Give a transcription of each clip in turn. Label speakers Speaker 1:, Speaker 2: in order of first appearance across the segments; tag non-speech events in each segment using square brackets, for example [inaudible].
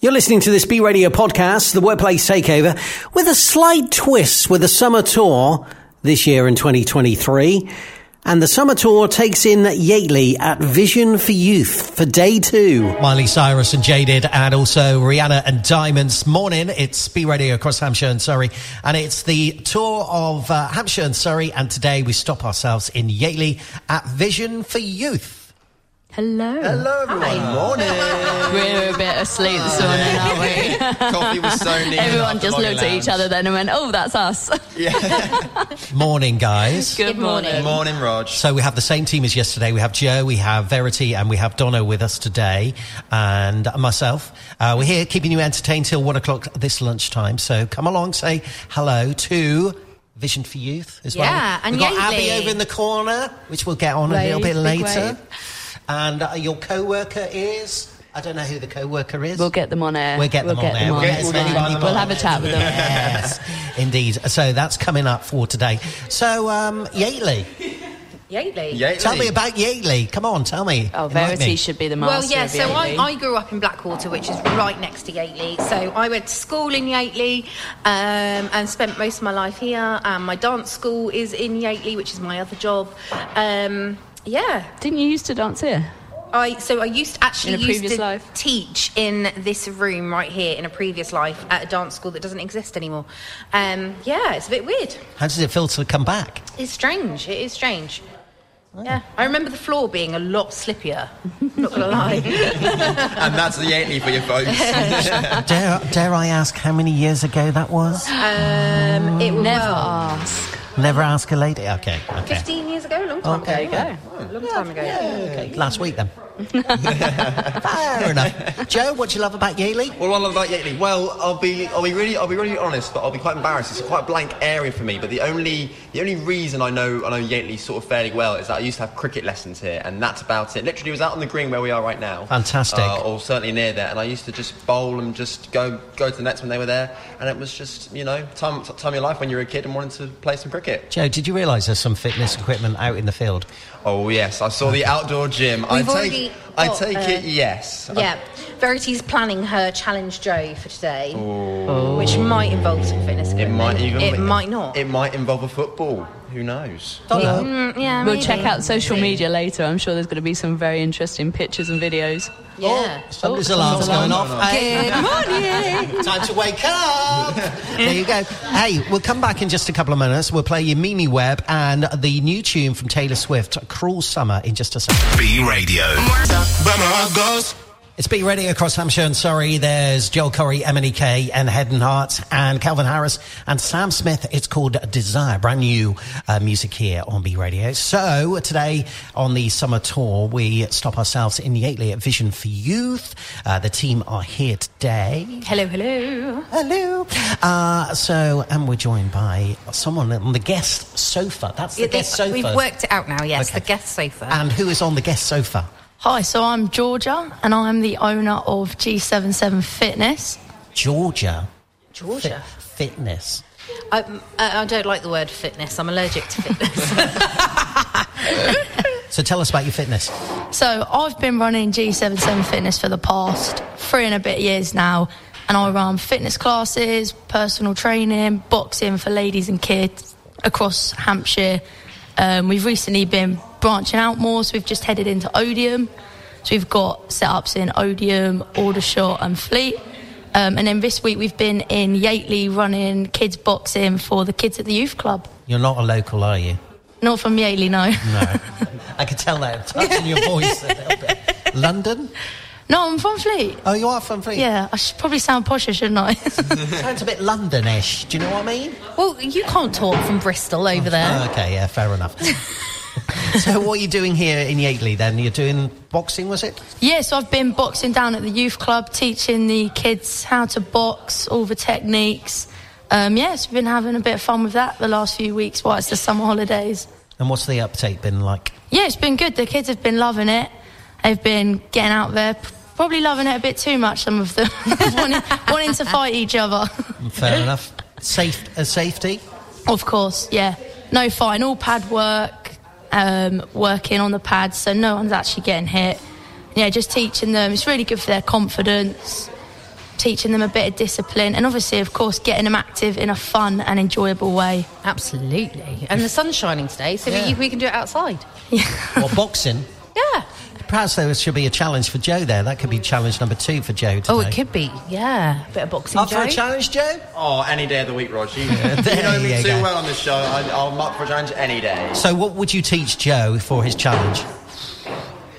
Speaker 1: You're listening to this B Radio podcast, The Workplace Takeover, with a slight twist with the summer tour this year in 2023. And the summer tour takes in Yateley at Vision for Youth for day two.
Speaker 2: Miley Cyrus and Jaded, and also Rihanna and Diamonds. Morning, it's B Radio across Hampshire and Surrey, and it's the tour of uh, Hampshire and Surrey. And today we stop ourselves in Yateley at Vision for Youth.
Speaker 3: Hello.
Speaker 2: Hello, everyone. Morning.
Speaker 3: We're a bit asleep this morning, aren't we?
Speaker 4: [laughs] Coffee was so neat.
Speaker 3: Everyone
Speaker 4: after
Speaker 3: just
Speaker 4: Lolly
Speaker 3: looked at
Speaker 4: Lounge.
Speaker 3: each other then and went, oh, that's us.
Speaker 2: morning, guys.
Speaker 3: Good morning.
Speaker 4: Morning, Rog.
Speaker 2: So we have the same team as yesterday. We have Joe, we have Verity, and we have Donna with us today, and myself. Uh, we're here keeping you entertained till one o'clock this lunchtime. So come along, say hello to Vision for Youth as well.
Speaker 5: Yeah, and
Speaker 2: We've got
Speaker 5: Yateley.
Speaker 2: Abby over in the corner, which we'll get on a little bit
Speaker 5: Wave, big
Speaker 2: later.
Speaker 5: wave.
Speaker 2: And uh, your co-worker is. I don't know who the co-worker is.
Speaker 3: We'll get them on air.
Speaker 2: We'll get them on there.
Speaker 3: We'll,
Speaker 2: We'll get as many people
Speaker 3: we'll
Speaker 2: on
Speaker 3: have a
Speaker 2: there.
Speaker 3: chat with them.
Speaker 2: yes, indeed. So that's coming up for today. So um, Yateley.
Speaker 5: Yateley.
Speaker 4: Yateley.
Speaker 2: Tell me about Yateley. Come on, tell me.
Speaker 3: Oh,
Speaker 2: Enlighten
Speaker 3: Verity
Speaker 2: me.
Speaker 3: should be the
Speaker 5: Well,
Speaker 3: master.
Speaker 5: yeah,
Speaker 3: of
Speaker 5: so I,
Speaker 3: Yateley.
Speaker 5: I grew up in Blackwater, which is right next to Yateley. So I went to school in Yateley um, and spent most of my life here. And my dance school is in Yateley, which is my other job. Um, yeah,
Speaker 3: Didn't you used to dance here?
Speaker 5: I so I used to actually
Speaker 3: In a
Speaker 5: used
Speaker 3: previous
Speaker 5: to
Speaker 3: life?
Speaker 5: teach in this room right here in a previous life at a dance school that doesn't exist anymore. Um, yeah, it's a bit weird.
Speaker 2: How does it feel to
Speaker 5: [laughs]
Speaker 2: come back?
Speaker 5: It's strange. It is strange. Yeah, I remember the floor being a lot slippier. Not gonna lie.
Speaker 4: And that's the Yateley for you folks.
Speaker 2: dare, dare I ask how many years ago that was?
Speaker 5: Um, it was
Speaker 3: Never
Speaker 5: well,
Speaker 3: ask.
Speaker 2: Never ask a lady. Okay, okay.
Speaker 5: 15 years ago, a long time
Speaker 2: Okay,
Speaker 5: ago. A long time ago.
Speaker 2: Okay, Last week then. Fair enough. [laughs] Joe, what do you love about Yateley?
Speaker 4: Well, what I love about Yateley. Well, I'll be, I'll be really, I'll be really honest, but I'll be quite embarrassed. It's quite a blank area for me. But the only, the only reason I know, I know Yateley sort of fairly well is that I used to have cricket lessons here, and that's about it. Literally, it was out on the green where we are right now.
Speaker 2: Fantastic.
Speaker 4: Uh, or certainly near there, and I used to just bowl and just go, go to the nets when they were there, and it was just, you know, time, time of your life when you were a kid and wanted to play some cricket.
Speaker 2: Joe, did you realise there's some fitness equipment out in the field?
Speaker 4: Oh yes, I saw the outdoor gym. I
Speaker 5: We've
Speaker 4: take,
Speaker 5: already
Speaker 4: I
Speaker 5: got,
Speaker 4: take
Speaker 5: uh,
Speaker 4: it. Yes.
Speaker 5: Yeah. Verity's planning her challenge Joe for today,
Speaker 4: Oh.
Speaker 5: which might involve some fitness.
Speaker 4: It might even.
Speaker 5: It might not.
Speaker 4: It might involve a football. Who knows?
Speaker 2: Donna,
Speaker 5: Mm, yeah,
Speaker 3: We'll
Speaker 5: maybe.
Speaker 3: check out social media later. I'm sure there's going to be some very interesting pictures and videos.
Speaker 5: Yeah.
Speaker 2: somebody's
Speaker 3: Oh,
Speaker 2: alarm's going
Speaker 3: someone's
Speaker 2: off. Hey, time to wake up. [laughs] there you go. Hey, we'll come back in just a couple of minutes. We'll play you Mimi Webb and the new tune from Taylor Swift, Cruel Summer, in just a second.
Speaker 6: B Radio. Where my heart goes.
Speaker 2: It's B Radio across Hampshire and Surrey. There's Joel Corey, Emily Kay, and Head and Heart, and Calvin Harris, and Sam Smith. It's called Desire. Brand new uh, music here on B Radio. So today on the summer tour, we stop ourselves in Yateley at Vision for Youth. Uh, the team are here today.
Speaker 5: Hello, hello.
Speaker 2: Hello. Uh, so, and we're joined by someone on the guest sofa. That's the
Speaker 5: Yeah,
Speaker 2: guest
Speaker 5: they-
Speaker 2: sofa.
Speaker 5: We've worked it out now. Yes,
Speaker 2: Okay.
Speaker 5: the guest sofa.
Speaker 2: And who is on the guest sofa?
Speaker 7: Hi, so I'm Georgia and I'm the owner of G77 Fitness.
Speaker 2: Georgia
Speaker 5: Georgia.
Speaker 2: Fitness.
Speaker 5: I, I I don't like the word fitness. I'm allergic to fitness.
Speaker 2: So tell us about your fitness.
Speaker 7: So I've been running G77 Fitness for the past three and a bit years now, and I run fitness classes, personal training, boxing for ladies and kids across Hampshire. Um, we've recently been branching out more, so we've just headed into Odium. So we've got setups in Odium, Aldershot, and Fleet. Um, and then this week we've been in Yateley running kids boxing for the kids at the youth club.
Speaker 2: You're not a local, are you?
Speaker 7: Not from Yateley, no. [laughs]
Speaker 5: [laughs]
Speaker 2: No. I could tell that touching your voice a little bit. London?
Speaker 7: No, I'm from Fleet.
Speaker 2: Oh, you are from Fleet?
Speaker 7: Yeah, I should probably sound posher, shouldn't I? [laughs]
Speaker 2: Sounds a bit Londonish. Do you know what I mean?
Speaker 5: well, you can't talk from Bristol over there.
Speaker 2: Oh, okay, yeah,
Speaker 5: [laughs]
Speaker 2: fair enough. so, what are you doing here in Yateley then? You're doing boxing, was it?
Speaker 7: yeah, so I've been boxing down at the youth club, teaching the kids how to box, all the techniques. Um, yeah, so we've been having a bit of fun with that the last few weeks while it's the summer holidays.
Speaker 2: And what's the uptake been like?
Speaker 7: Yeah, it's been good. The kids have been loving it. They've been getting out there, p- probably loving it a bit too much, some of them, [laughs] wanting, wanting to fight each other.
Speaker 2: Fair enough. Safe, uh, safety?
Speaker 7: Of course, yeah. No fine, all pad work, um, working on the pads, so no one's actually getting hit. Yeah, just teaching them. It's really good for their confidence. teaching them a bit of discipline, and obviously, of course, getting them active in a fun and enjoyable way.
Speaker 5: Absolutely. And the sun's shining today, so
Speaker 2: Yeah.
Speaker 5: we, we can do it outside.
Speaker 2: or boxing.
Speaker 5: Yeah.
Speaker 2: Perhaps there should be a challenge for Joe there. That could be challenge number two for Joe today.
Speaker 5: Oh, it could be. Yeah. Bit of boxing.
Speaker 2: Up for a
Speaker 5: Joe.
Speaker 2: challenge, Joe?
Speaker 4: Oh, any day of the week,
Speaker 2: [laughs]
Speaker 4: Rog. You,
Speaker 2: There
Speaker 4: you know me
Speaker 2: you
Speaker 4: too
Speaker 2: go.
Speaker 4: well on this show. I, I'm up for a challenge any day.
Speaker 2: So, what would you teach Joe for his challenge?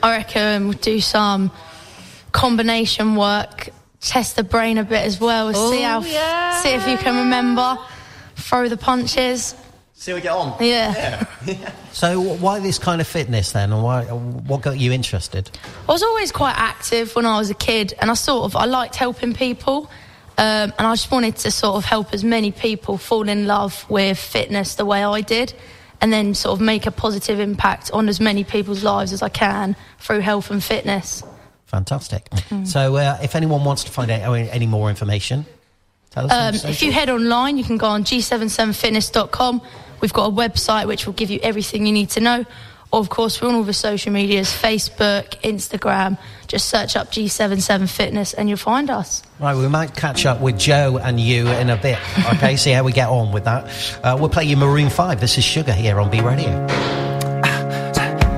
Speaker 7: I reckon we'll do some combination work, test the brain a bit as well,
Speaker 5: Oh,
Speaker 7: see how,
Speaker 5: yeah.
Speaker 7: see if you can remember, throw the punches.
Speaker 4: See how we get on.
Speaker 7: Yeah.
Speaker 2: [laughs] So, wh- why this kind of fitness then, and why? What got you interested?
Speaker 7: I was always quite active when I was a kid, and I sort of I liked helping people, um, and I just wanted to sort of help as many people fall in love with fitness the way I did, and then sort of make a positive impact on as many people's lives as I can through health and fitness.
Speaker 2: Fantastic.
Speaker 7: Mm-hmm.
Speaker 2: So, uh, if anyone wants to find out any- any more information, tell us. on
Speaker 7: Um, if
Speaker 2: social.
Speaker 7: you head online, you can go on g77fitness.com. We've got a website which will give you everything you need to know. Or, of course, we're on all the social medias Facebook, Instagram. Just search up G77fitness and you'll find us.
Speaker 2: Right, we might catch up with Joe and you in a bit. Okay, see how we get on with that. Uh, we'll play you Maroon 5. This is Sugar here on B Radio.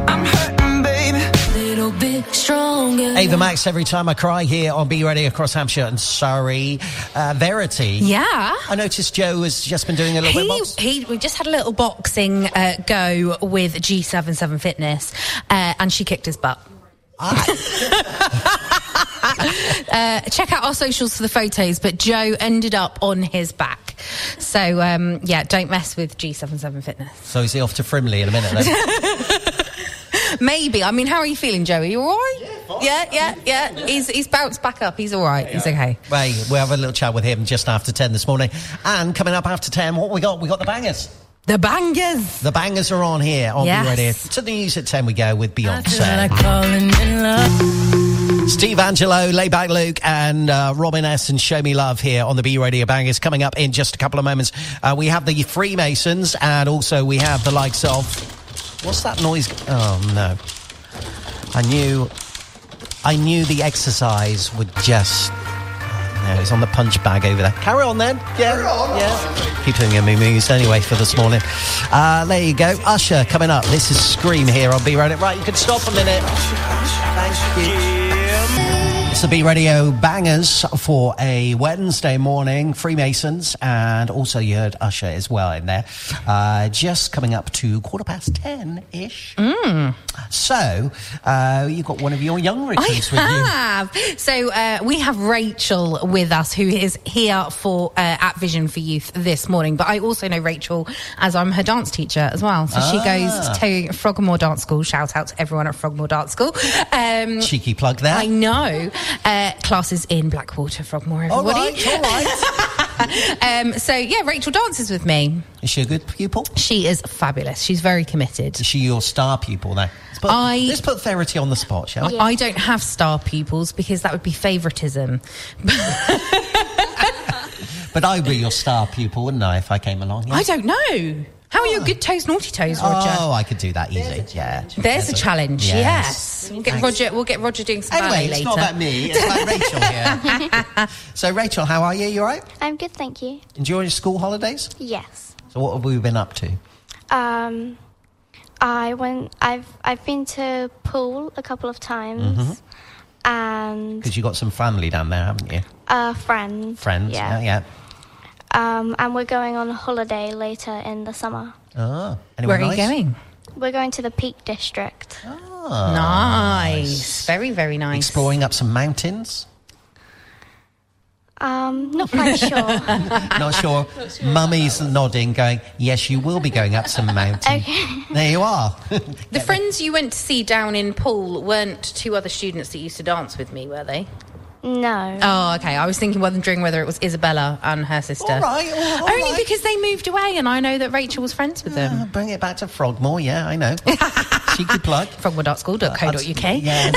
Speaker 8: I'm hurting, baby.
Speaker 9: little bit stronger.
Speaker 2: Ava Max, every time I cry here on B Radio across Hampshire and Surrey. Uh, Verity.
Speaker 10: Yeah.
Speaker 2: I noticed Joe has just been doing a little bit
Speaker 10: He,
Speaker 2: of box.
Speaker 10: he, we just had a little boxing uh, go with G77 Fitness, uh, and she kicked his butt.
Speaker 2: Ah.
Speaker 10: [laughs] uh, check out our socials for the photos, but Joe ended up on his back. So, um, yeah, don't mess with G77 Fitness.
Speaker 2: So is he off to Frimley in a minute
Speaker 10: [laughs]
Speaker 2: then?
Speaker 10: Maybe. I mean, how are you feeling, Joe? Are you all right? Yeah, yeah, yeah. He's, he's bounced back up. He's all right. He's okay.
Speaker 2: Right, we'll have a little chat with him just after 10 this morning. And coming up after 10, what we got? We got the bangers.
Speaker 10: The bangers.
Speaker 2: The bangers are on here on
Speaker 10: Yes.
Speaker 2: B Radio. To the news at 10 we go with
Speaker 9: Feel
Speaker 2: Beyonce.
Speaker 9: like falling in love.
Speaker 2: Steve Angelo, Layback Luke, and uh, Robin S. and Show Me Love here on the B Radio Bangers. Coming up in just a couple of moments, uh, we have the Freemasons and also we have the likes of. What's that noise? Oh no! I knew, I knew the exercise would just. No, it's on the punch bag over there. Carry on then. Yeah. Yeah. Keep doing your moves anyway for this morning. Uh, there you go. Usher coming up. This is Scream here on B Radio. Right, you can stop a minute. Thank you. It's the B Radio Bangers for a Wednesday morning, Freemasons, and also you heard Usher as well in there. Uh, just coming up to quarter past ten ish.
Speaker 10: Mm.
Speaker 2: So, uh, you've got one of your young recruits with you.
Speaker 10: I have. So uh, we have Rachel with us, who is here for uh, at Vision for Youth this morning. But I also know Rachel as I'm her dance teacher as well. So
Speaker 2: Ah.
Speaker 10: she goes to Frogmore Dance School. Shout out to everyone at Frogmore Dance School. Um,
Speaker 2: Cheeky plug there.
Speaker 10: I know uh, classes in Blackwater, Frogmore.
Speaker 2: all
Speaker 10: Everybody.
Speaker 2: right, all right.
Speaker 10: [laughs] Um, so yeah, Rachel dances with me.
Speaker 2: Is she a good pupil?
Speaker 10: She is fabulous. She's very committed.
Speaker 2: Is she your star pupil now? Let's put,
Speaker 10: I-
Speaker 2: let's put Verity on the spot, shall we?
Speaker 10: I don't have star pupils because that would be favouritism.
Speaker 2: But I'd be your star pupil, wouldn't I, if I came along? yeah?
Speaker 10: I don't know. How are your good toes, naughty toes, Roger?
Speaker 2: Oh, I could do that easily. yeah.
Speaker 10: There's a challenge. Yes.
Speaker 2: Yes.
Speaker 10: We'll get Roger. We'll get Roger doing some
Speaker 2: Anyway,
Speaker 10: ballet
Speaker 2: it's
Speaker 10: later.
Speaker 2: not about me. It's about [laughs] Rachel here.
Speaker 10: [laughs]
Speaker 2: so, Rachel, how are you? You all right?
Speaker 11: I'm good, thank you.
Speaker 2: Enjoying your school holidays?
Speaker 11: Yes.
Speaker 2: So, what have we been up to?
Speaker 11: Um, I went. I've I've been to pool a couple of times, and
Speaker 2: Because Mm-hmm. you got some family down there, haven't you?
Speaker 11: uh, friends.
Speaker 2: Friends?
Speaker 11: Yeah.
Speaker 2: yeah.
Speaker 11: Um, and we're going on holiday later in the summer.
Speaker 2: Oh,
Speaker 10: Where
Speaker 2: anywhere
Speaker 10: are you
Speaker 2: nice?
Speaker 10: going?
Speaker 11: We're going to the Peak District.
Speaker 2: Ah.
Speaker 10: nice. Very very nice.
Speaker 2: Exploring up some mountains.
Speaker 11: Um, not
Speaker 10: [laughs]
Speaker 11: quite sure.
Speaker 2: [laughs] Not sure. Mummy's nodding, going, Yes, you will be going up some
Speaker 10: [laughs]
Speaker 2: mountain. Okay. There you are.
Speaker 5: The friends you went to see down in Poole weren't two other students that used to dance with me, were they?
Speaker 11: No.
Speaker 10: Oh, okay. I was thinking wondering whether it was Isabella and her sister.
Speaker 2: All right, all- all
Speaker 10: Only
Speaker 2: right.
Speaker 10: because they moved away, and I know that Rachel was friends with them.
Speaker 2: Ah, bring it back to Frogmore. Yeah, I
Speaker 10: [laughs]
Speaker 2: know. Cheeky plug.
Speaker 10: From wood.school.co.uk.
Speaker 2: Yeah.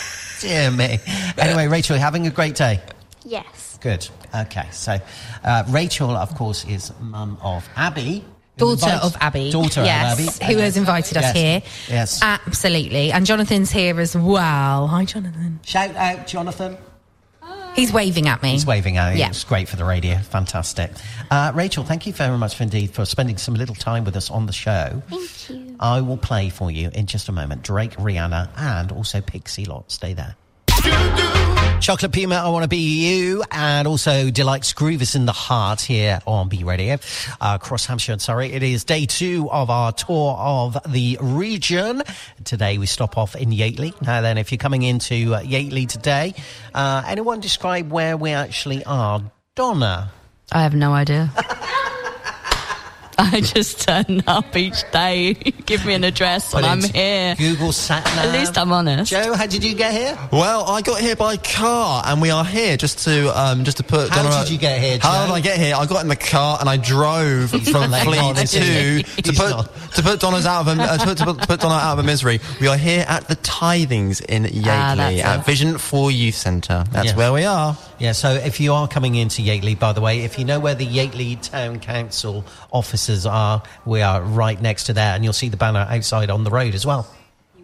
Speaker 10: [laughs]
Speaker 2: Dear me. Anyway, Rachel, you're having a great day.
Speaker 11: Yes.
Speaker 2: Good. Okay. So, uh, Rachel, of course, is mum of Abby. who
Speaker 10: Daughter
Speaker 2: invites-
Speaker 10: of Abby.
Speaker 2: Daughter of
Speaker 10: yes,
Speaker 2: Abby.
Speaker 10: Who has invited
Speaker 2: Yes,
Speaker 10: us here.
Speaker 2: Yes.
Speaker 10: Absolutely. And Jonathan's here as well. Hi, Jonathan.
Speaker 2: Shout out, Jonathan.
Speaker 10: He's waving at me.
Speaker 2: He's waving at you.
Speaker 10: Yeah.
Speaker 2: It's great for the radio. Fantastic. Uh, Rachel, thank you very much for indeed for spending some little time with us on the show.
Speaker 11: Thank you.
Speaker 2: I will play for you in just a moment Drake, Rihanna, and also Pixie Lot. Stay there. Chocolate Puma, I Want to Be You, and also Delight Scroovis in the Heart here on B Radio, uh, across Hampshire and Surrey. It is day two of our tour of the region. Today we stop off in Yateley. Now then, if you're coming into uh, Yateley today, uh, anyone describe where we actually are? Donna.
Speaker 3: I have no idea. [laughs] I just turn up each day, give me an address,
Speaker 2: Put
Speaker 3: and I'm
Speaker 2: into
Speaker 3: here.
Speaker 2: Google sat nav.
Speaker 3: At least I'm honest.
Speaker 2: Joe, how did you get here?
Speaker 12: Well, I got here by car, and we are here just to um, just to put.
Speaker 2: How
Speaker 12: Donna-
Speaker 2: did you get here,
Speaker 12: How did
Speaker 2: Joe?
Speaker 12: I get here? I got in the car and I drove
Speaker 2: He's
Speaker 12: from
Speaker 2: not
Speaker 12: Fleet
Speaker 2: honest,
Speaker 12: to
Speaker 2: is he?
Speaker 12: to
Speaker 2: He's
Speaker 12: put, to put Donna's out of a, uh, to, put, to put- to put Donna out of a misery. We are here at the Tithings in
Speaker 2: Ah,
Speaker 12: Yateley
Speaker 2: that's
Speaker 12: at
Speaker 2: it.
Speaker 12: Vision Four Youth Centre. That's where we are.
Speaker 2: Yeah, so if you are coming into Yateley, by the way, if you know where the Yateley Town Council offices are, we are right next to there, and you'll see the banner outside on the road as well.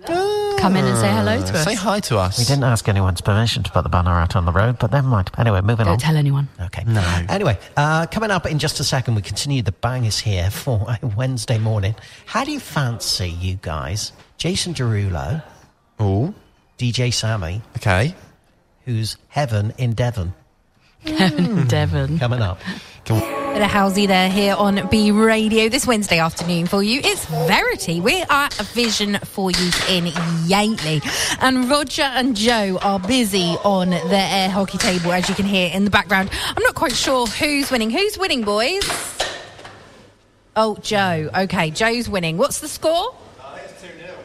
Speaker 3: Come in and say hello to us.
Speaker 12: Say hi to us.
Speaker 2: We didn't ask anyone's permission to put the banner out on the road, but never mind. Anyway, moving
Speaker 3: Don't
Speaker 2: on.
Speaker 3: tell anyone.
Speaker 2: Okay. No.
Speaker 12: [laughs]
Speaker 2: Anyway, uh, coming up in just a second, we continue the bangers here for [laughs] a Wednesday morning. How do you fancy you guys? Jason Derulo.
Speaker 12: Oh.
Speaker 2: DJ Sammy.
Speaker 12: Okay.
Speaker 2: Who's Heaven in Devon.
Speaker 10: [laughs]
Speaker 3: Heaven in Devon.
Speaker 2: Coming up.
Speaker 10: Bit of Halsey there here on B Radio this Wednesday afternoon for you. It's Verity. We are a vision for you in Yateley. And Roger and Joe are busy on their air hockey table, as you can hear in the background. I'm not quite sure who's winning. Who's winning, boys? Oh, Joe. Okay, Joe's winning. What's the score?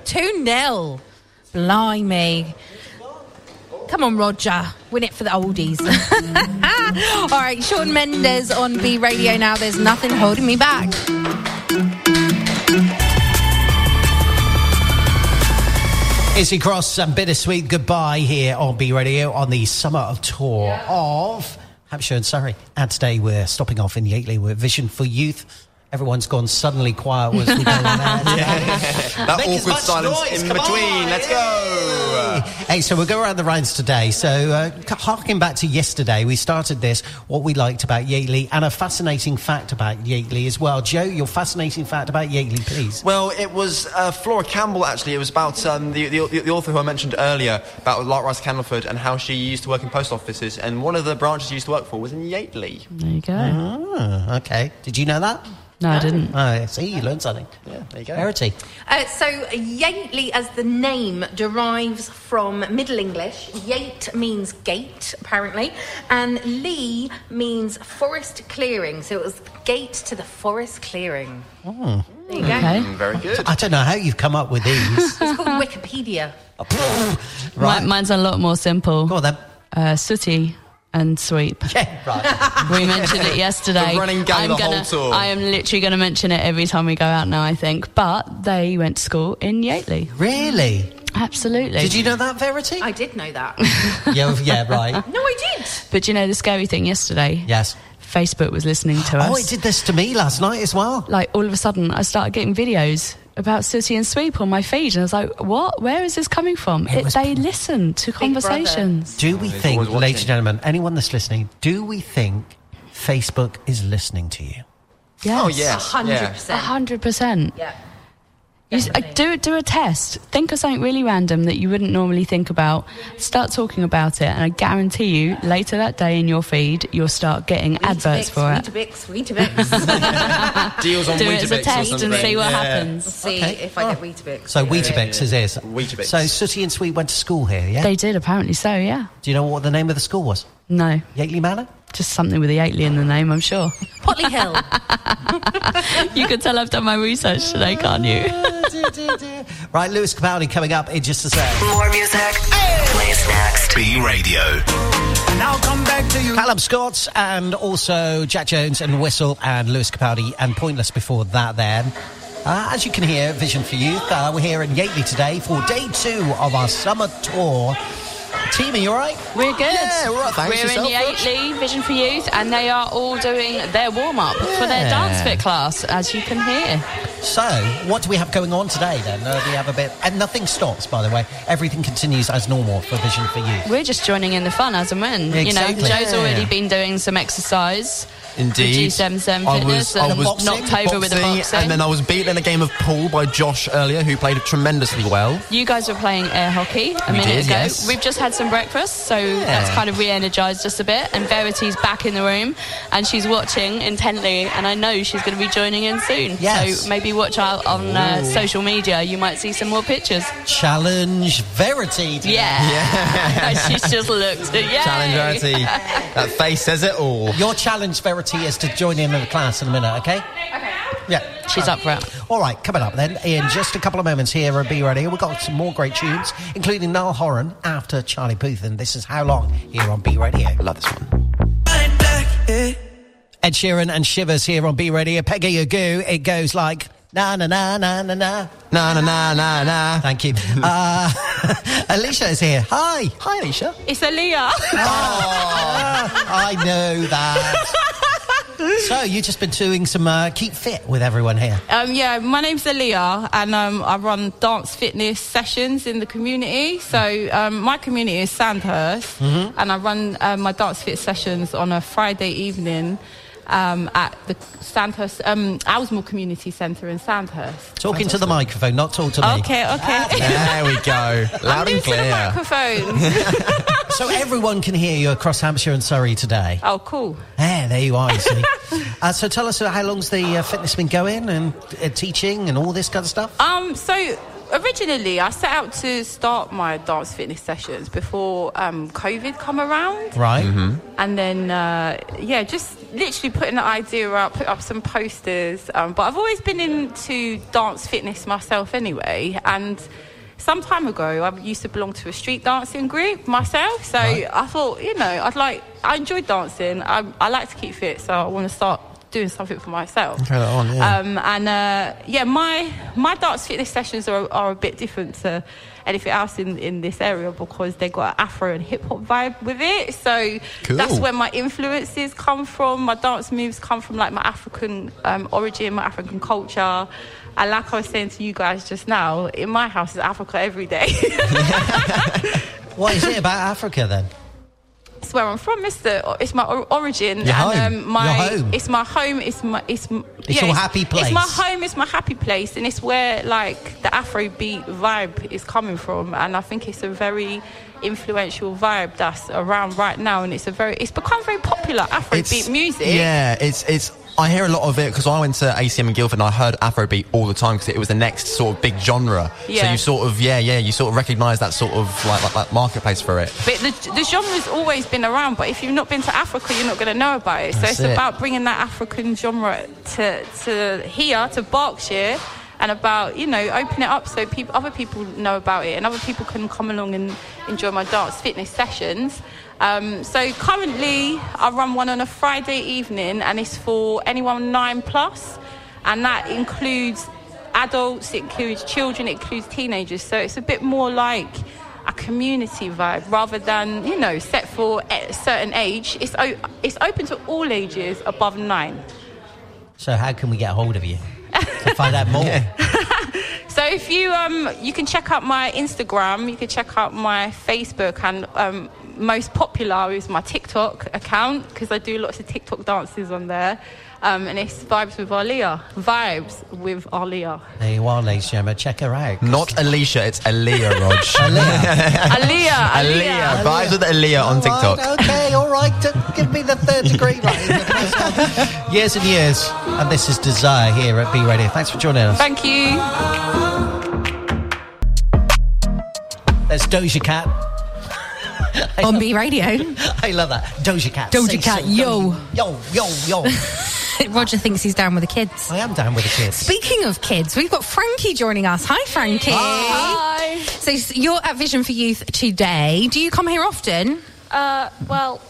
Speaker 10: 2 0. Blimey. Come on, Roger. Win it for the oldies. [laughs] All right, Sean Mendes on B Radio now. There's nothing holding me back.
Speaker 2: Izzy Cross and Bittersweet Goodbye here on B Radio on the summer of tour of Hampshire and Surrey. And today we're stopping off in Yateley. We're at Vision for Youth. Everyone's gone suddenly quiet as
Speaker 4: [laughs]
Speaker 2: we go on air.
Speaker 4: That
Speaker 2: Make as
Speaker 4: awkward
Speaker 2: much
Speaker 4: silence
Speaker 2: noise,
Speaker 4: in
Speaker 2: come
Speaker 4: between.
Speaker 2: on,
Speaker 4: Let's go.
Speaker 2: Hey, so we'll go around the rounds today. So, uh, c- harking back to yesterday, we started this, what we liked about Yateley, and a fascinating fact about Yateley as well. Joe, your fascinating fact about Yateley, please.
Speaker 4: Well, it was uh, Flora Campbell, actually. It was about um, the, the, the author who I mentioned earlier, about Light Rice Candleford and how she used to work in post offices. And one of the branches she used to work for was in Yateley.
Speaker 3: There you go.
Speaker 2: Ah, okay. Did you know that?
Speaker 3: No, I didn't.
Speaker 2: Oh, see, you learned something. Yeah, there you go. Verity.
Speaker 5: Uh, so Yateley, as the name derives from Middle English, Yate means gate, apparently, and Lee means forest clearing. So it was gate to the forest clearing.
Speaker 2: Hmm.
Speaker 5: There you go.
Speaker 3: Okay.
Speaker 4: Mm, Very good.
Speaker 2: I don't know how you've come up with
Speaker 4: [laughs]
Speaker 2: these.
Speaker 5: It's called Wikipedia.
Speaker 2: right.
Speaker 3: Mi- mine's a lot more simple.
Speaker 2: Go on then.
Speaker 3: Uh, sooty and sweep.
Speaker 2: Yeah, right.
Speaker 3: We
Speaker 13: [laughs]
Speaker 2: [coughs]
Speaker 3: mentioned it yesterday.
Speaker 4: The running gag
Speaker 3: I'm
Speaker 4: the
Speaker 3: gonna,
Speaker 4: whole tour.
Speaker 3: I am literally going to mention it every time we go out now, I think. But they went to school in Yateley.
Speaker 2: Really?
Speaker 3: Absolutely.
Speaker 2: Did you know that, Verity?
Speaker 5: I did know that.
Speaker 2: yeah, yeah, right.
Speaker 5: No, I did.
Speaker 3: [laughs] But you know the scary thing yesterday?
Speaker 2: Yes.
Speaker 3: Facebook was listening to us.
Speaker 2: Oh, it did this to me last night as well.
Speaker 3: Like all of a sudden, I started getting videos about Sooty and Sweep on my feed, and I was like, "What? Where is this coming from?" It
Speaker 2: was-
Speaker 3: they listen to
Speaker 5: Brother.
Speaker 3: conversations.
Speaker 2: Do we
Speaker 4: he's
Speaker 2: think,
Speaker 4: always watching.
Speaker 2: ladies and gentlemen, anyone that's listening, do we think Facebook is listening to you?
Speaker 3: Yes.
Speaker 4: Oh, yes.
Speaker 5: hundred
Speaker 4: yeah.
Speaker 3: A
Speaker 5: percent.
Speaker 3: hundred percent.
Speaker 5: Yeah.
Speaker 3: You s- uh, do do a test. Think of something really random that you wouldn't normally think about. Start talking about it, and I guarantee you, later that day in your feed, you'll start getting adverts for it.
Speaker 5: Weetabix, Weetabix.
Speaker 2: [laughs]
Speaker 4: Deals on
Speaker 3: Do
Speaker 4: Weetabix
Speaker 3: it as a
Speaker 4: or
Speaker 3: test and
Speaker 4: something.
Speaker 3: see what
Speaker 4: Yeah.
Speaker 3: happens.
Speaker 5: See
Speaker 2: Okay.
Speaker 5: if I get Weetabix.
Speaker 2: Oh. So Weetabix is his.
Speaker 4: Weetabix.
Speaker 2: So Sooty and Sweet went to school here, yeah?
Speaker 3: They did apparently. So yeah,
Speaker 2: do you know what the name of the school was?
Speaker 3: no,
Speaker 2: Yateley Manor?
Speaker 3: just something with the Yateley in the name. I'm sure.
Speaker 5: [laughs] Potley Hill.
Speaker 3: you can tell I've done my research today,
Speaker 2: [laughs]
Speaker 3: can't you?
Speaker 2: right, Lewis Capaldi coming up in just a sec.
Speaker 14: More music plays next.
Speaker 6: B Radio.
Speaker 8: And I'll come back to you.
Speaker 2: Callum Scott and also Jack Jones and Whistle and Lewis Capaldi and Pointless before that then. Uh, as you can hear, Vision for Youth, uh, we're here in Yateley today for day two of our summer tour. Team, are you all right?
Speaker 3: We're good.
Speaker 2: Yeah, we're all right, thanks.
Speaker 3: We're in
Speaker 2: Yourself, Rich?
Speaker 3: Yateley Vision for Youth, and they are all doing their warm up for their
Speaker 2: Yeah.
Speaker 3: Dance Fit class, as you can hear.
Speaker 2: So, what do we have going on today then? Uh, we have a bit, and nothing stops, by the way. Everything continues as normal for Vision for Youth.
Speaker 3: We're just joining in the fun as and when.
Speaker 2: Exactly.
Speaker 3: You know, Joe's
Speaker 2: Yeah.
Speaker 3: already been doing some exercise.
Speaker 12: Indeed.
Speaker 3: With G77
Speaker 12: I
Speaker 3: Fitness
Speaker 12: was, I
Speaker 3: and
Speaker 12: was
Speaker 3: knocked over with a boxing.
Speaker 12: And then I was beaten in a game of pool by Josh earlier, who played tremendously well.
Speaker 3: You guys were playing air hockey a
Speaker 12: We
Speaker 3: minute
Speaker 12: did,
Speaker 3: ago.
Speaker 12: yes.
Speaker 3: We've just had some breakfast, so that's kind of re-energized us a bit. And Verity's back in the room, and she's watching intently. And I know she's going to be joining in soon.
Speaker 2: Yes.
Speaker 3: So maybe watch out on uh,
Speaker 2: Ooh.
Speaker 3: social media. You might see some more
Speaker 12: [laughs]
Speaker 3: pictures.
Speaker 2: Challenge Verity. today.
Speaker 3: Yeah.
Speaker 2: [laughs]
Speaker 3: [laughs] she's just looked. Yeah.
Speaker 12: Challenge Verity. that face says it all.
Speaker 2: Your challenge, Verity, is to join in with the class in a minute, okay? Okay. Yeah.
Speaker 3: She's up for it.
Speaker 2: All right, coming up then, in just a couple of moments here at Be Ready, we've got some more great tunes, including Niall Horan after Charlie Puth, and this is How Long here on Be Radio. I
Speaker 12: love this one.
Speaker 2: Ed Sheeran and Shivers here on Be Radio. Peggy Agoo, it goes like na na na na na na.
Speaker 12: Na na na na na. [laughs]
Speaker 2: Thank you. Uh, [laughs] Alicia is here. Hi. Hi, Alicia.
Speaker 3: It's Aaliyah.
Speaker 2: [laughs]
Speaker 12: Oh.
Speaker 2: I know that. so you've just been doing some uh, keep fit with everyone here.
Speaker 13: [laughs] Um, yeah, my name's Aaliyah, and um, I run dance fitness sessions in the community. So um, my community is Sandhurst,
Speaker 12: Mm-hmm.
Speaker 15: Mhm.
Speaker 13: and I run uh, my dance fit sessions on a Friday evening um, at the Sandhurst um, Alsmore Community Centre in Sandhurst.
Speaker 2: Talking to the microphone, not talk to me.
Speaker 13: Okay, okay. [laughs]
Speaker 12: There we go. Loud and clear.
Speaker 2: [laughs]
Speaker 13: Microphone.
Speaker 2: so everyone can hear you across Hampshire and Surrey today.
Speaker 13: Oh, cool.
Speaker 2: Yeah, there you are, you see. uh, so tell us uh, how long's the uh, fitness been going and uh, teaching and all this kind of stuff?
Speaker 13: Um, so originally I set out to start my dance fitness sessions before um, COVID come around.
Speaker 2: Right.
Speaker 13: And then, uh, yeah, just literally putting the idea up, put up some posters. Um, but I've always been into dance fitness myself anyway. And some time ago, I used to belong to a street dancing group myself. So I thought, you know, I'd like, I enjoy dancing. I, I like to keep fit. So I want to start doing something for myself.
Speaker 12: Try that on, yeah.
Speaker 13: Um, and uh, yeah, my my dance fitness sessions are, are a bit different to anything else in, in this area because they got an Afro and hip hop vibe with it. So
Speaker 16: Cool.
Speaker 13: that's where my influences come from. My dance moves come from like my African um, origin, my African culture. And like I was saying to you guys just now, in my house is Africa every day. [laughs]
Speaker 2: What is it about Africa then?
Speaker 13: it's where I'm from. It's the it's my or- origin.
Speaker 2: Your home.
Speaker 13: and, Um, my
Speaker 2: Your home.
Speaker 13: It's my home. It's my it's m-
Speaker 2: It's your happy place.
Speaker 13: It's my home. It's my happy place, and it's where like the Afrobeat vibe is coming from. And I think it's a very influential vibe that's around right now, and it's a very it's become very popular Afrobeat music.
Speaker 12: Yeah, it's it's. I hear a lot of it because I went to ACM in Guildford and I heard Afrobeat all the time because it was the next sort of big genre. So
Speaker 13: Yeah.
Speaker 12: you sort of yeah yeah you sort of recognise that sort of like, like like marketplace for it.
Speaker 13: But the, the genre's always been around, but if you've not been to Africa, you're not going to know about it. So
Speaker 12: That's
Speaker 13: it's
Speaker 12: it.
Speaker 13: about bringing that African genre to, to here, to Berkshire, and about, you know, open it up so peop other people know about it and other people can come along and enjoy my dance fitness sessions. Um, so currently, I run one on a Friday evening, and it's for anyone nine plus, and that includes adults, it includes children, it includes teenagers. So it's a bit more like a community vibe rather than you know set for a certain age. It's o- it's open to all ages above nine.
Speaker 2: So how can we get hold of you to find out more?
Speaker 13: So if you um you can check out my Instagram, you can check out my Facebook, and um, most popular is my TikTok account because I do lots of TikTok dances on there. Um, and it's vibes with Alia. Vibes with Alia.
Speaker 2: There you are, ladies and gentlemen. Check her out.
Speaker 12: Not Alicia, it's Aaliyah, Rog.
Speaker 2: [laughs]
Speaker 12: [laughs]
Speaker 13: Alia.
Speaker 12: Aaliyah, vibes with Aaliyah on TikTok.
Speaker 2: okay, all right. Don't give me the third degree right. years and years. And this is Desire here at B Radio. Thanks for joining us.
Speaker 13: Thank you.
Speaker 2: There's Doja Cat. [laughs]
Speaker 10: on B Radio.
Speaker 2: I love that. Doja Cat.
Speaker 10: Oh, Doja
Speaker 2: Say
Speaker 10: Cat,
Speaker 2: so.
Speaker 10: yo.
Speaker 2: Yo, yo, yo.
Speaker 10: [laughs] Roger thinks he's down with the kids.
Speaker 2: I am down with the kids.
Speaker 10: Speaking of kids, we've got Frankie joining us. Hi, Frankie.
Speaker 17: Hi.
Speaker 10: So s- you're at Vision for Youth today. Do you come here often?
Speaker 17: Uh, well,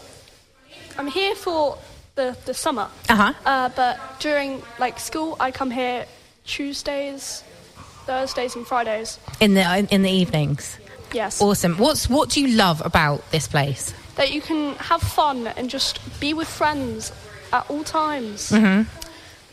Speaker 17: I'm here for the, the summer.
Speaker 10: Uh-huh.
Speaker 17: Uh, but during like school, I come here Tuesdays, Thursdays, and Fridays.
Speaker 10: In the in the evenings.
Speaker 17: Yes.
Speaker 10: Awesome. What's what do you love about this place?
Speaker 17: That you can have fun and just be with friends at all times.
Speaker 10: Mhm.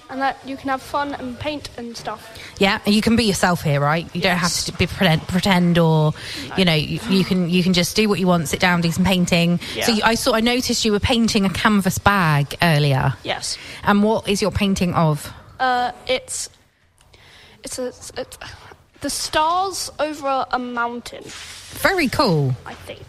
Speaker 17: and that you can have fun and paint and stuff.
Speaker 10: Yeah, you can be yourself here, right? You don't have to be pretend, pretend or you know, you, you can you can just do what you want, sit down, do some painting.
Speaker 17: Yeah.
Speaker 10: So you, I saw I noticed you were painting a canvas bag earlier.
Speaker 17: Yes.
Speaker 10: And what is your painting of?
Speaker 17: Uh, it's it's a it's, the stars over a mountain.
Speaker 10: Very cool. [laughs]
Speaker 17: I think.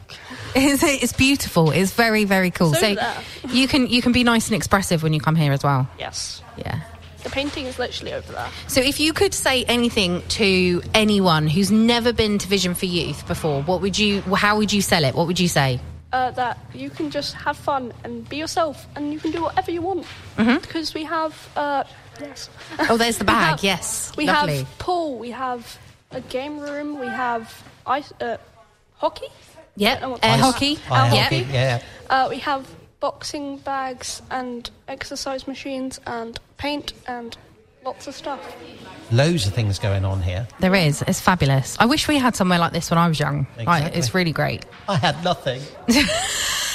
Speaker 10: It's, it's beautiful. It's very very cool.
Speaker 17: So
Speaker 10: So,
Speaker 17: there.
Speaker 10: you can you can be nice and expressive when you come here as well.
Speaker 17: Yes.
Speaker 10: Yeah.
Speaker 17: The painting is literally over there.
Speaker 10: So if you could say anything to anyone who's never been to Vision for Youth before, what would you how would you sell it? What would you say?
Speaker 17: Uh, that you can just have fun and be yourself, and you can do whatever you want.
Speaker 10: Mhm.
Speaker 17: Because we have uh, yes.
Speaker 10: [laughs] Oh, there's the
Speaker 17: We
Speaker 10: bag.
Speaker 17: have-
Speaker 10: yes.
Speaker 17: We
Speaker 10: Lovely.
Speaker 17: have pool. We have a game room. We have ice uh, hockey. I don't know
Speaker 10: Yeah,
Speaker 17: what
Speaker 10: air
Speaker 17: that's-
Speaker 10: hockey.
Speaker 2: Air
Speaker 10: Yeah.
Speaker 2: hockey, yeah.
Speaker 17: Uh, we have boxing bags and exercise machines and paint and lots of stuff.
Speaker 2: Loads of things going on here.
Speaker 10: There is. It's fabulous. I wish we had somewhere like this when I was young. Like,
Speaker 2: Exactly.
Speaker 10: it's really great.
Speaker 2: I had
Speaker 10: [laughs]
Speaker 2: nothing.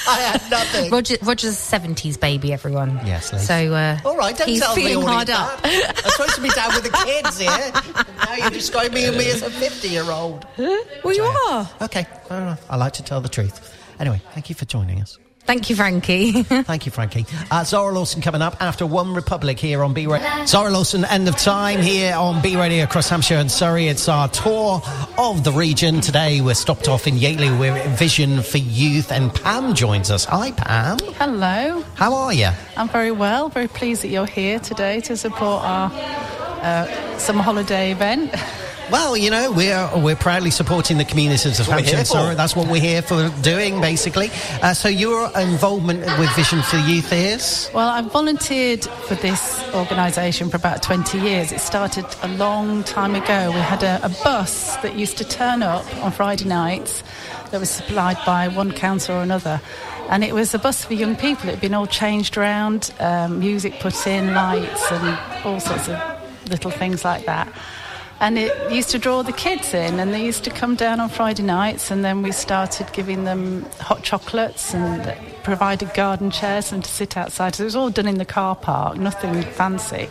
Speaker 2: I had nothing.
Speaker 10: Roger, Roger's seventies baby, everyone.
Speaker 2: Yes, Liz.
Speaker 10: So uh,
Speaker 2: All right, don't
Speaker 10: he's
Speaker 2: tell me
Speaker 10: feeling
Speaker 2: all
Speaker 10: hard
Speaker 2: these
Speaker 10: up.
Speaker 2: bad- I'm supposed to be down with the kids here. Now you're describing me as a 50 year old.
Speaker 10: Well, you are.
Speaker 2: Okay, fair enough. I like to tell the truth. Anyway, thank you for joining us.
Speaker 10: Thank you, Frankie. [laughs]
Speaker 2: Thank you, Frankie. Uh, Zara Lawson coming up after One Republic here on B Radio. Zara Lawson, end of time here on B Radio across Hampshire and Surrey. It's our tour of the region. Today we're stopped off in Yateley. We're at Vision for Youth, and Pam joins us. Hi, Pam.
Speaker 15: [laughs] Hello,
Speaker 2: How are you?
Speaker 15: I'm very well. Very pleased that you're here today to support our uh, summer holiday event. [laughs]
Speaker 2: Well, you know, we're we're proudly supporting the communities of
Speaker 15: That's what we're
Speaker 2: Hampshire
Speaker 15: here
Speaker 2: and Surrey.
Speaker 15: for.
Speaker 2: That's what we're here for doing, basically. Uh, so your involvement with Vision for Youth is
Speaker 15: Well, I've volunteered for this organisation for about 20 years. It started a long time ago. We had a, a bus that used to turn up on Friday nights that was supplied by one council or another. And it was a bus for young people. It had been all changed around, um, music put in, lights, and all sorts of little things like that. And it used to draw the kids in, and they used to come down on Friday nights, and then we started giving them hot chocolates and provided garden chairs and to sit outside. So it was all done in the car park, nothing fancy.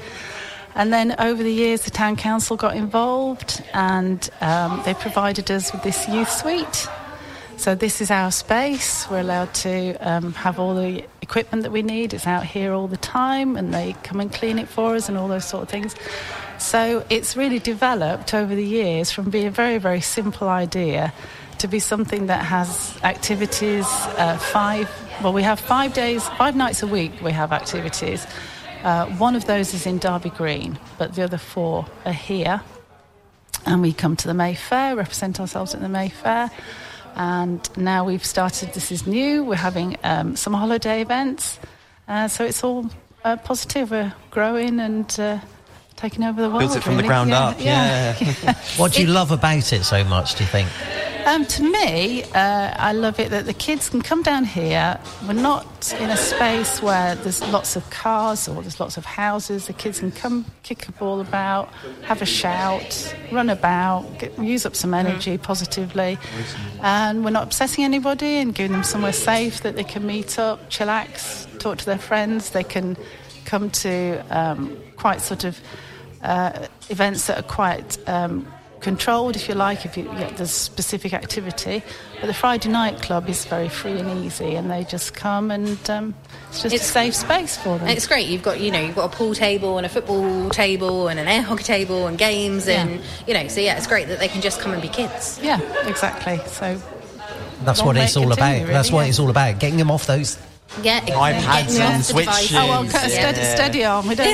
Speaker 15: And then over the years, the town council got involved, and um, they provided us with this youth suite. So this is our space. We're allowed to um, have all the equipment that we need. It's out here all the time, and they come and clean it for us and all those sort of things. So it's really developed over the years from being a very, very simple idea to be something that has activities uh, five. Well, we have five days, five nights a week. We have activities. Uh, one of those is in Derby Green, but the other four are here and we come to the Mayfair, represent ourselves at the Mayfair. And now we've started, this is new, we're having um, some holiday events. Uh, so it's all uh, positive, we're growing and uh, taking over the world.
Speaker 12: Built it from the
Speaker 15: really.
Speaker 12: ground up,
Speaker 2: [laughs] what do you love about it so much? Do you think?
Speaker 15: Um, to me, uh, I love it that the kids can come down here. We're not in a space where there's lots of cars or there's lots of houses. The kids can come kick a ball about, have a shout, run about, get, use up some energy positively. And we're not obsessing anybody and giving them somewhere safe that they can meet up, chillax, talk to their friends. They can come to um, quite sort of uh, events that are quite um, controlled, if you like, if you yeah, there's specific activity. But the Friday night club is very free and easy, and they just come and um, it's just a safe space for them.
Speaker 10: And it's great. You've got you know you've got a pool table and a football table and an air hockey table and games and you know so yeah it's great that they can just come and be kids.
Speaker 15: Yeah, exactly. So
Speaker 2: That's
Speaker 15: Long
Speaker 2: what
Speaker 15: may
Speaker 2: it's
Speaker 15: it
Speaker 2: all about.
Speaker 15: continue, really,
Speaker 2: That's what
Speaker 15: yeah.
Speaker 2: it's all about. Getting them off those.
Speaker 10: yeah,
Speaker 2: iPads
Speaker 15: Yeah.
Speaker 2: and switches.
Speaker 15: Oh well, cut a steady,
Speaker 2: Yeah.
Speaker 15: steady on. We
Speaker 10: [laughs]
Speaker 15: don't.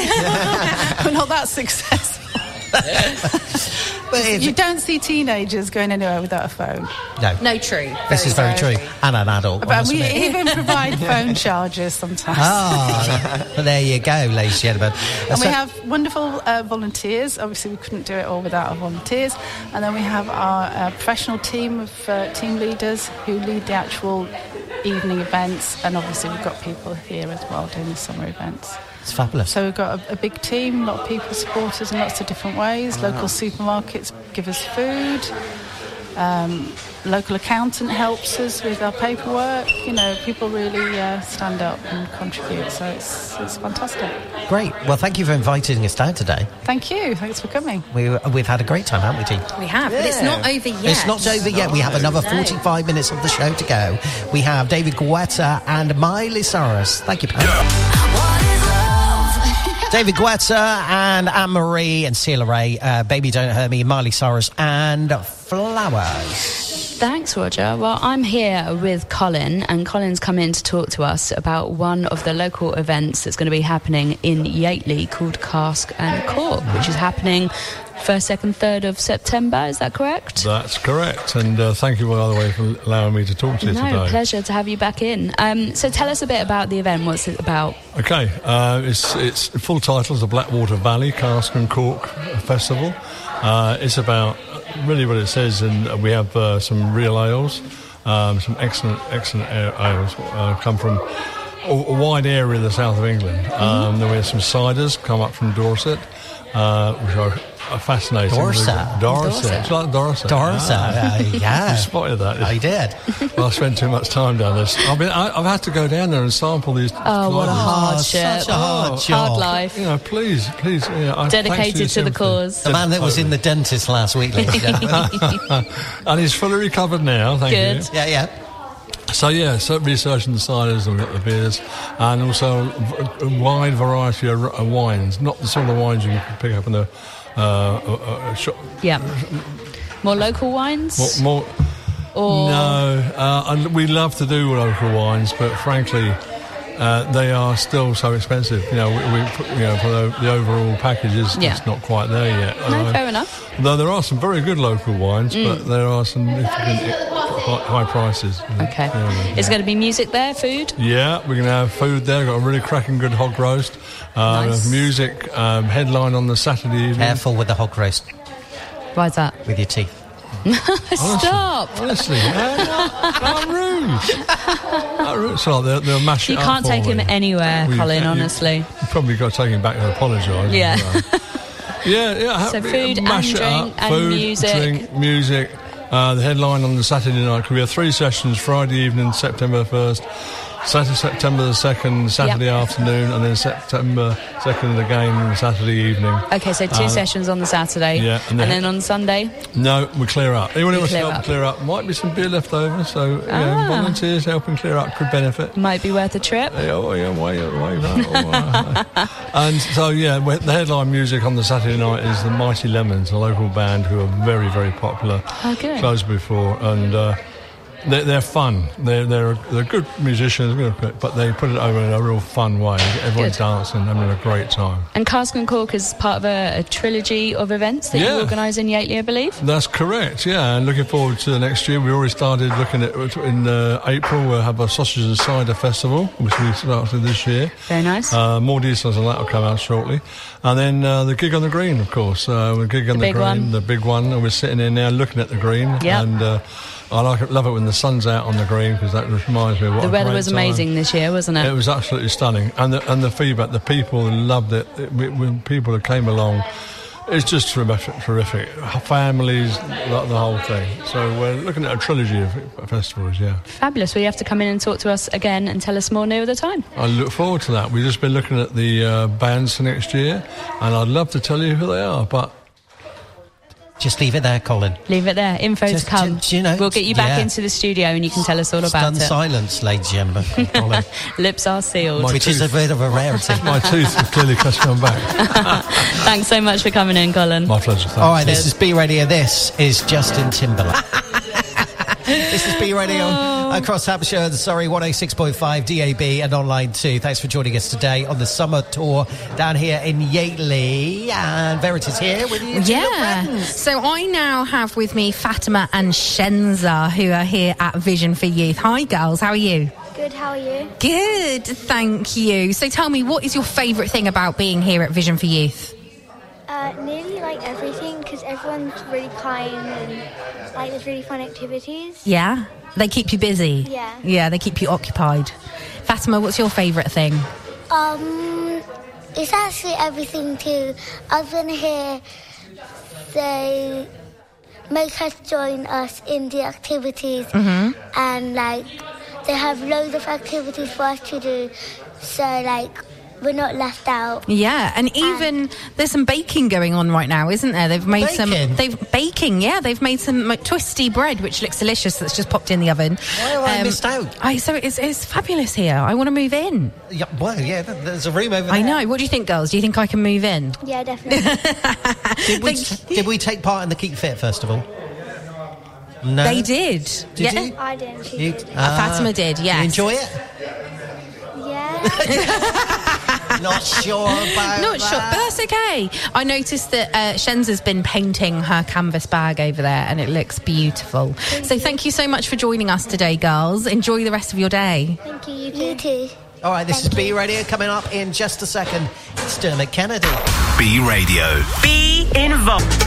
Speaker 15: [laughs] we're not that successful. you don't see teenagers going anywhere without a phone.
Speaker 2: No.
Speaker 10: No, true.
Speaker 2: This is very true. And an adult. I
Speaker 15: But
Speaker 2: must
Speaker 15: we [laughs]
Speaker 2: admit. [laughs]
Speaker 15: even provide phone chargers sometimes.
Speaker 2: Ah, well, there you go, ladies and gentlemen.
Speaker 15: And we
Speaker 2: So-
Speaker 15: have wonderful uh, volunteers. Obviously, we couldn't do it all without our volunteers. And then we have our uh, professional team of uh, team leaders who lead the actual evening events. And obviously, we've got people here as well doing the summer events.
Speaker 2: It's fabulous.
Speaker 15: So we've got a, a big team, a lot of people support us in lots of different ways.
Speaker 2: Wow.
Speaker 15: Local supermarkets give us food. Um, local accountant helps us with our paperwork. You know, people really uh, stand up and contribute, so it's, it's fantastic.
Speaker 2: Great. Well, thank you for inviting us down today.
Speaker 15: Thank you. Thanks for coming.
Speaker 2: We, we've had a great time, haven't we, T?
Speaker 10: We have, but it's not over yet.
Speaker 2: It's not over yet. We have another
Speaker 10: No.
Speaker 2: 45 minutes of the show to go. We have David Guetta and Miley Cyrus. Thank you, Pam. [laughs] David Guetta and Anne Marie and Celia Ray, uh, Baby Don't Hurt Me, Miley Cyrus and Flowers.
Speaker 10: [laughs]
Speaker 3: Thanks, Roger. Well, I'm here with Colin, and Colin's come in to talk to us about one of the local events that's going to be happening in Yateley called Cask and Cork, which is happening first, second, third of September. Is that correct?
Speaker 16: That's correct. And uh, thank you, by the way, for allowing me to talk to you
Speaker 3: no,
Speaker 16: today.
Speaker 3: pleasure to have you back in. Um, so tell us a bit about the event. What's it about?
Speaker 16: Okay, uh, it's its full title is the Blackwater Valley Cask and Cork Festival. Uh, it's about really what it says, and we have uh, some real ales, um, some excellent excellent a- ales uh, come from a, a wide area of the south of England.
Speaker 2: Mm-hmm.
Speaker 16: Um, Then we have some ciders come up from Dorset, uh, which are. are Fascinating.
Speaker 2: Dorset.
Speaker 16: Dorset.
Speaker 2: Dorset.
Speaker 16: It's like Dorset. Ah.
Speaker 2: Dorset, uh,
Speaker 16: [laughs]
Speaker 2: yeah.
Speaker 16: You spotted that. I
Speaker 2: did.
Speaker 16: [laughs] well, I spent too much time down there. I mean, I, I've had to go down there and sample these.
Speaker 3: Oh, what a
Speaker 16: ciders.
Speaker 3: hardship.
Speaker 2: such a hard
Speaker 3: Oh,
Speaker 2: job.
Speaker 3: Hard life.
Speaker 16: You know, please, please. Yeah, I- thanks
Speaker 3: Dedicated
Speaker 16: this
Speaker 3: to the
Speaker 16: info.
Speaker 3: cause.
Speaker 2: The man that was in the dentist last week,
Speaker 16: [laughs]
Speaker 2: ladies and gentlemen.
Speaker 16: Uh, and he's fully recovered now, thank
Speaker 3: Good.
Speaker 16: you.
Speaker 2: Yeah, yeah.
Speaker 16: So yeah, so researching the ciders and we've got the beers, and also a wide variety of r- of wines, not the sort of wines you can pick up in the uh, uh, uh, shop.
Speaker 3: Yeah. More local wines?
Speaker 16: More, more
Speaker 3: or
Speaker 16: No, uh, and we love to do local wines, but frankly, uh, they are still so expensive. You know, we, we you know for the, the overall package is
Speaker 3: Yeah.
Speaker 16: it's not quite there yet.
Speaker 3: No,
Speaker 16: Uh,
Speaker 3: fair enough.
Speaker 16: Though there are some very good local wines,
Speaker 3: Mm.
Speaker 16: but there are some significant hi- high prices.
Speaker 3: Okay. Is there going to be music there, food?
Speaker 16: Yeah, we're going to have food there. got a really cracking good hog roast. Uh,
Speaker 3: Nice.
Speaker 16: Music um, headline on the Saturday evening.
Speaker 2: Careful with the hog roast.
Speaker 3: Why's that? [laughs]
Speaker 2: With your teeth.
Speaker 3: Stop.
Speaker 16: Honestly,
Speaker 3: [laughs]
Speaker 16: It's like they'll, they'll mash
Speaker 3: you
Speaker 16: it up
Speaker 3: can't
Speaker 16: for
Speaker 3: take him
Speaker 16: me.
Speaker 3: anywhere,
Speaker 16: Well, you
Speaker 3: Colin,
Speaker 16: can't- you-
Speaker 3: honestly.
Speaker 16: You probably got to take him back and apologise.
Speaker 3: Yeah.
Speaker 16: yeah, yeah. ha-
Speaker 3: So food and
Speaker 16: mash it up.
Speaker 3: drink and
Speaker 16: Food,
Speaker 3: music.
Speaker 16: drink, music. Uh, the headline on the Saturday night could be three sessions: Friday evening, September first, Saturday, September the second, Saturday afternoon, and then September second again, and Saturday evening.
Speaker 3: [laughs] Okay, so two
Speaker 16: Uh,
Speaker 3: sessions on the Saturday.
Speaker 16: yeah, and
Speaker 3: and,
Speaker 16: then-
Speaker 3: then on Sunday.
Speaker 16: No, we clear up. Anyone who
Speaker 3: You
Speaker 16: wants to
Speaker 3: clear
Speaker 16: help
Speaker 3: up.
Speaker 16: clear up might be some beer left over, so you know,
Speaker 3: Ah.
Speaker 16: volunteers helping clear up could benefit.
Speaker 3: Might be worth a trip.
Speaker 16: Yeah, oh, yeah, why, yeah, why, Oh, why, why, why. [laughs] and so, yeah, we- the headline music on the Saturday night is the Mighty Lemons, a local band who are very, very popular.
Speaker 3: Oh, good.
Speaker 16: Closed before, and uh, they're, they're fun. They're, they're, they're good musicians, but they put it over in a real fun way. Everyone's dancing, having a great time.
Speaker 3: And Cask and Cork is part of a, a trilogy of events that
Speaker 16: Yeah.
Speaker 3: you organise in Yateley, I believe.
Speaker 16: That's correct, yeah. And looking forward to the next year. We already started looking at in uh, April. We'll have a sausage and cider festival, which we started this year.
Speaker 3: Very nice.
Speaker 16: Uh, more details on that will come out shortly. And then uh, the gig on the green, of course. Uh, the gig on
Speaker 3: The
Speaker 16: the,
Speaker 3: big
Speaker 16: green,
Speaker 3: one.
Speaker 16: the big one. And we're sitting in now looking at the green.
Speaker 3: Yeah.
Speaker 16: And uh, I like it, love it when the sun's out on the green because that reminds me of what
Speaker 3: the
Speaker 16: a
Speaker 3: weather
Speaker 16: great
Speaker 3: was
Speaker 16: time.
Speaker 3: amazing this year, wasn't it?
Speaker 16: It was absolutely stunning, and the, and the feedback, the people loved it. It- we- When people that came along, it's just terrific, terrific. Families, the the whole thing. So we're looking at a trilogy of festivals. Yeah,
Speaker 3: Fabulous. Well, you have to come in and talk to us again and tell us more near the time.
Speaker 16: I look forward to that. We've just been looking at the uh, bands for next year, and I'd love to tell you who they are, but
Speaker 2: just leave it there, Colin.
Speaker 3: Leave it there. Info's
Speaker 2: Just-
Speaker 3: come.
Speaker 2: do- do you know-
Speaker 3: we'll get you back
Speaker 2: yeah.
Speaker 3: into the studio and you can tell us all about
Speaker 2: Stunned
Speaker 3: it.
Speaker 2: silence, ladies and gentlemen.
Speaker 10: [laughs]
Speaker 2: Colin.
Speaker 3: Lips are sealed.
Speaker 2: Which is a bit of a rarity.
Speaker 16: my tooth has clearly just come back.
Speaker 3: Thanks so much for coming in, Colin.
Speaker 16: My pleasure.
Speaker 2: All right, this is B Radio. This is Justin Timberlake.
Speaker 18: [laughs]
Speaker 2: this is B Radio
Speaker 10: Oh.
Speaker 2: across Hampshire. oh and Surrey 106.5 DAB and online too. Thanks for joining us today on the summer tour down here in Yateley. And Verity's here with you.
Speaker 10: Yeah. So I now have with me Fatima and Shenza, who are here at Vision for Youth. Hi, girls. How are you?
Speaker 11: Good, how are you?
Speaker 10: Good. Thank you. So tell me, what is your favourite thing about being here at Vision for Youth?
Speaker 11: Uh, nearly like everything because everyone's really kind and like there's really fun activities.
Speaker 10: Yeah. They keep you busy.
Speaker 11: Yeah.
Speaker 10: Yeah, they keep you occupied. Fatima, what's your favourite thing?
Speaker 19: Um, it's actually everything too. I've been here, so make us join us in the activities
Speaker 10: Mhm.
Speaker 19: and like they have loads of activities for us to do so like we're not left out
Speaker 10: Yeah, and even there's some baking going on right now, isn't there? They've made
Speaker 19: Baking?
Speaker 10: some. They've baking. Yeah, they've made some like, twisty bread, which looks delicious. That's just popped in the oven. Um,
Speaker 2: Why have I missed out?
Speaker 10: I, so it's, it's fabulous here. I want to move in.
Speaker 2: Yeah, well, yeah, th- there's a room over there.
Speaker 10: I know. What do you think, girls? Do you think I can move in?
Speaker 19: yeah definitely
Speaker 2: [laughs] Did we, did we take part in the Keep Fit Festival? No.
Speaker 10: They did.
Speaker 2: Did
Speaker 10: yeah. Uh,
Speaker 2: you?
Speaker 19: I didn't she
Speaker 2: You-
Speaker 19: did.
Speaker 2: Ah.
Speaker 10: Fatima did,
Speaker 2: You
Speaker 10: yes.
Speaker 2: enjoy it? [laughs]
Speaker 10: [laughs]
Speaker 2: Not sure about
Speaker 10: Not sure, but
Speaker 2: that.
Speaker 10: that's okay. I noticed that uh, Shenza's been painting her canvas bag over there, and it looks beautiful. so thank you so much for joining us today, girls. Enjoy the rest of your day.
Speaker 19: thank you you too, you too.
Speaker 2: All right, this is B Radio coming up in just a second. It's Dermot Kennedy.
Speaker 6: B Radio.
Speaker 14: Be involved.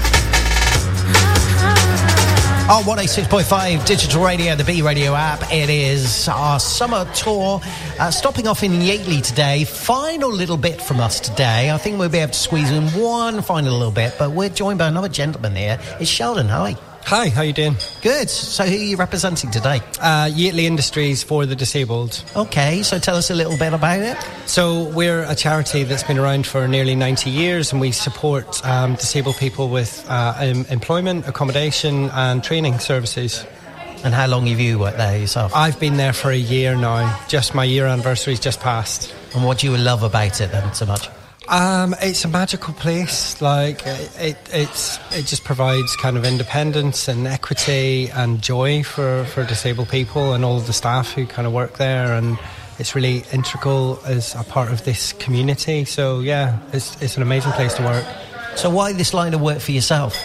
Speaker 2: On 106.5 Digital Radio, the B Radio app, it is our summer tour. Uh, stopping off in Yateley today. Final little bit from us today. I think we'll be able to squeeze in one final little bit, but we're joined by another gentleman here. It's Sheldon. Hi.
Speaker 18: Hi, how you doing?
Speaker 2: Good. So, who are you representing today?
Speaker 18: Uh, Yeatley Industries for the Disabled.
Speaker 2: Okay, so tell us a little bit about it.
Speaker 18: So, we're a charity that's been around for nearly 90 years and we support um, disabled people with uh, em- employment, accommodation, and training services.
Speaker 2: And how long have you worked there yourself?
Speaker 18: I've been there for a year now. Just my year anniversary's just passed.
Speaker 2: And what do you love about it then so much?
Speaker 18: Um, it's a magical place. Like it, it, it's it just provides kind of independence and equity and joy for, for disabled people and all of the staff who kind of work there. And it's really integral as a part of this community. So yeah, it's it's an amazing place to work.
Speaker 2: So why this line of work for yourself?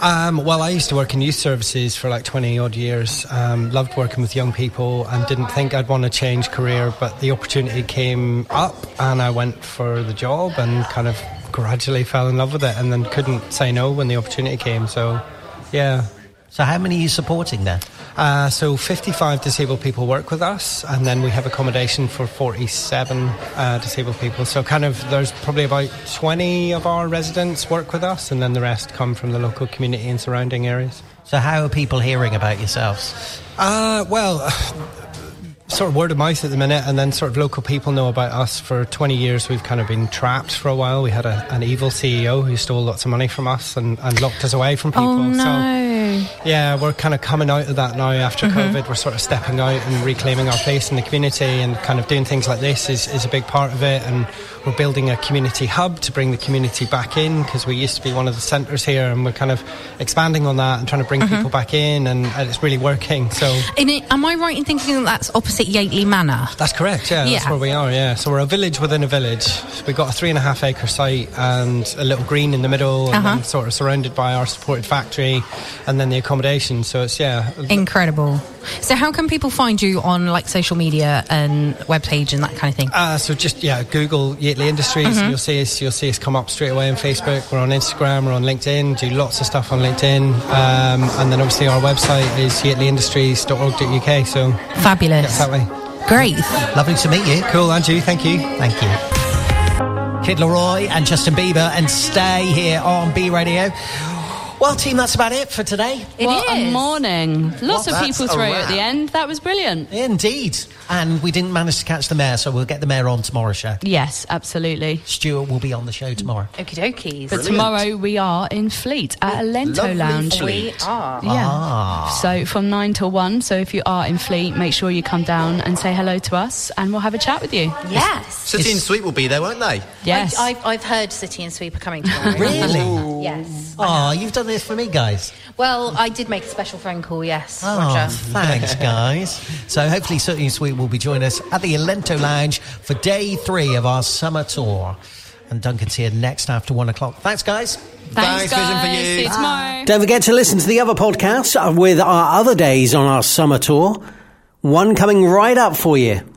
Speaker 18: Um, well, I used to work in youth services for like 20 odd years. Um, loved working with young people and didn't think I'd want to change career, but the opportunity came up and I went for the job and kind of gradually fell in love with it and then couldn't say no when the opportunity came. So, yeah.
Speaker 2: So, how many are you supporting there?
Speaker 18: Uh, so, 55 disabled people work with us, and then we have accommodation for 47 uh, disabled people. So, kind of, there's probably about 20 of our residents work with us, and then the rest come from the local community and surrounding areas.
Speaker 2: So, how are people hearing about yourselves?
Speaker 18: Uh, well, [sighs] sort of word of mouth at the minute, and then sort of local people know about us. For 20 years, we've kind of been trapped for a while. We had a, an evil CEO who stole lots of money from us and, and locked us away from people.
Speaker 10: Oh
Speaker 18: So,
Speaker 10: no!
Speaker 18: yeah, we're kind of coming out of that now after
Speaker 10: Mhm.
Speaker 18: COVID. We're sort of stepping out and reclaiming our place in the community, and kind of doing things like this is, is a big part of it. And we're building a community hub to bring the community back in because we used to be one of the centres here, and we're kind of expanding on that and trying to bring
Speaker 10: Mm-hmm.
Speaker 18: people back in, and, and it's really working. So.
Speaker 10: In it, am I right in thinking that that's opposite Yateley Manor?
Speaker 18: That's correct. Yeah,
Speaker 10: Yeah.
Speaker 18: that's where we are. Yeah, so we're a village within a village. We've got a three and a half acre site and a little green in the middle, and
Speaker 10: Uh-huh.
Speaker 18: then sort of surrounded by our supported factory, and then the accommodation. So it's yeah,
Speaker 10: Incredible. So, how can people find you on like social media and webpage and that kind of thing?
Speaker 18: Uh, so just yeah, Google Yateley Industries,
Speaker 10: Mhm.
Speaker 18: and you'll see us. You'll see us come up straight away on Facebook. We're on Instagram. We're on LinkedIn. Do lots of stuff on LinkedIn, um, and then obviously our website is yetleyindustries.org.uk. So
Speaker 10: Fabulous.
Speaker 18: Get that way.
Speaker 10: Great.
Speaker 2: Lovely to meet you.
Speaker 18: Cool, Andrew. Thank you.
Speaker 2: Thank you. Kid Leroy and Justin Bieber and stay here on B Radio. Well, team, that's about it for today.
Speaker 3: It What a is. morning. Lots of
Speaker 2: that's
Speaker 3: people
Speaker 2: a
Speaker 3: through
Speaker 2: wrap.
Speaker 3: at the end. That was brilliant.
Speaker 2: Indeed. And we didn't manage to catch the mayor, so we'll get the mayor on tomorrow's show.
Speaker 3: Yes, absolutely.
Speaker 2: Stuart will be on the show tomorrow.
Speaker 10: Okie dokies.
Speaker 3: But tomorrow we are in Fleet at a Lento
Speaker 2: Lovely
Speaker 3: Lounge.
Speaker 2: Fleet. We are.
Speaker 3: Yeah.
Speaker 2: Ah.
Speaker 3: So from 9 till 1. So if you are in Fleet, make sure you come down and say hello to us and we'll have a chat with you.
Speaker 10: Yes.
Speaker 4: City and Sweet will be there, won't they?
Speaker 3: Yes.
Speaker 10: I, I've, I've heard City and Sweep are coming tomorrow.
Speaker 2: Really?
Speaker 10: yes.
Speaker 2: Oh, you've done this for me, guys.
Speaker 10: Well, I did make a special phone call, yes.
Speaker 2: Oh,
Speaker 10: Roger. [laughs]
Speaker 2: thanks, guys. So hopefully, Soothy and Sweet will be joining us at the Alento Lounge for day three of our summer tour. And Duncan's here next after one o'clock. Thanks, guys.
Speaker 3: Thanks, Vision, for guys. you. See you tomorrow.
Speaker 1: Don't forget to listen to the other uh, podcasts with our other days on our summer tour. One coming right up for you.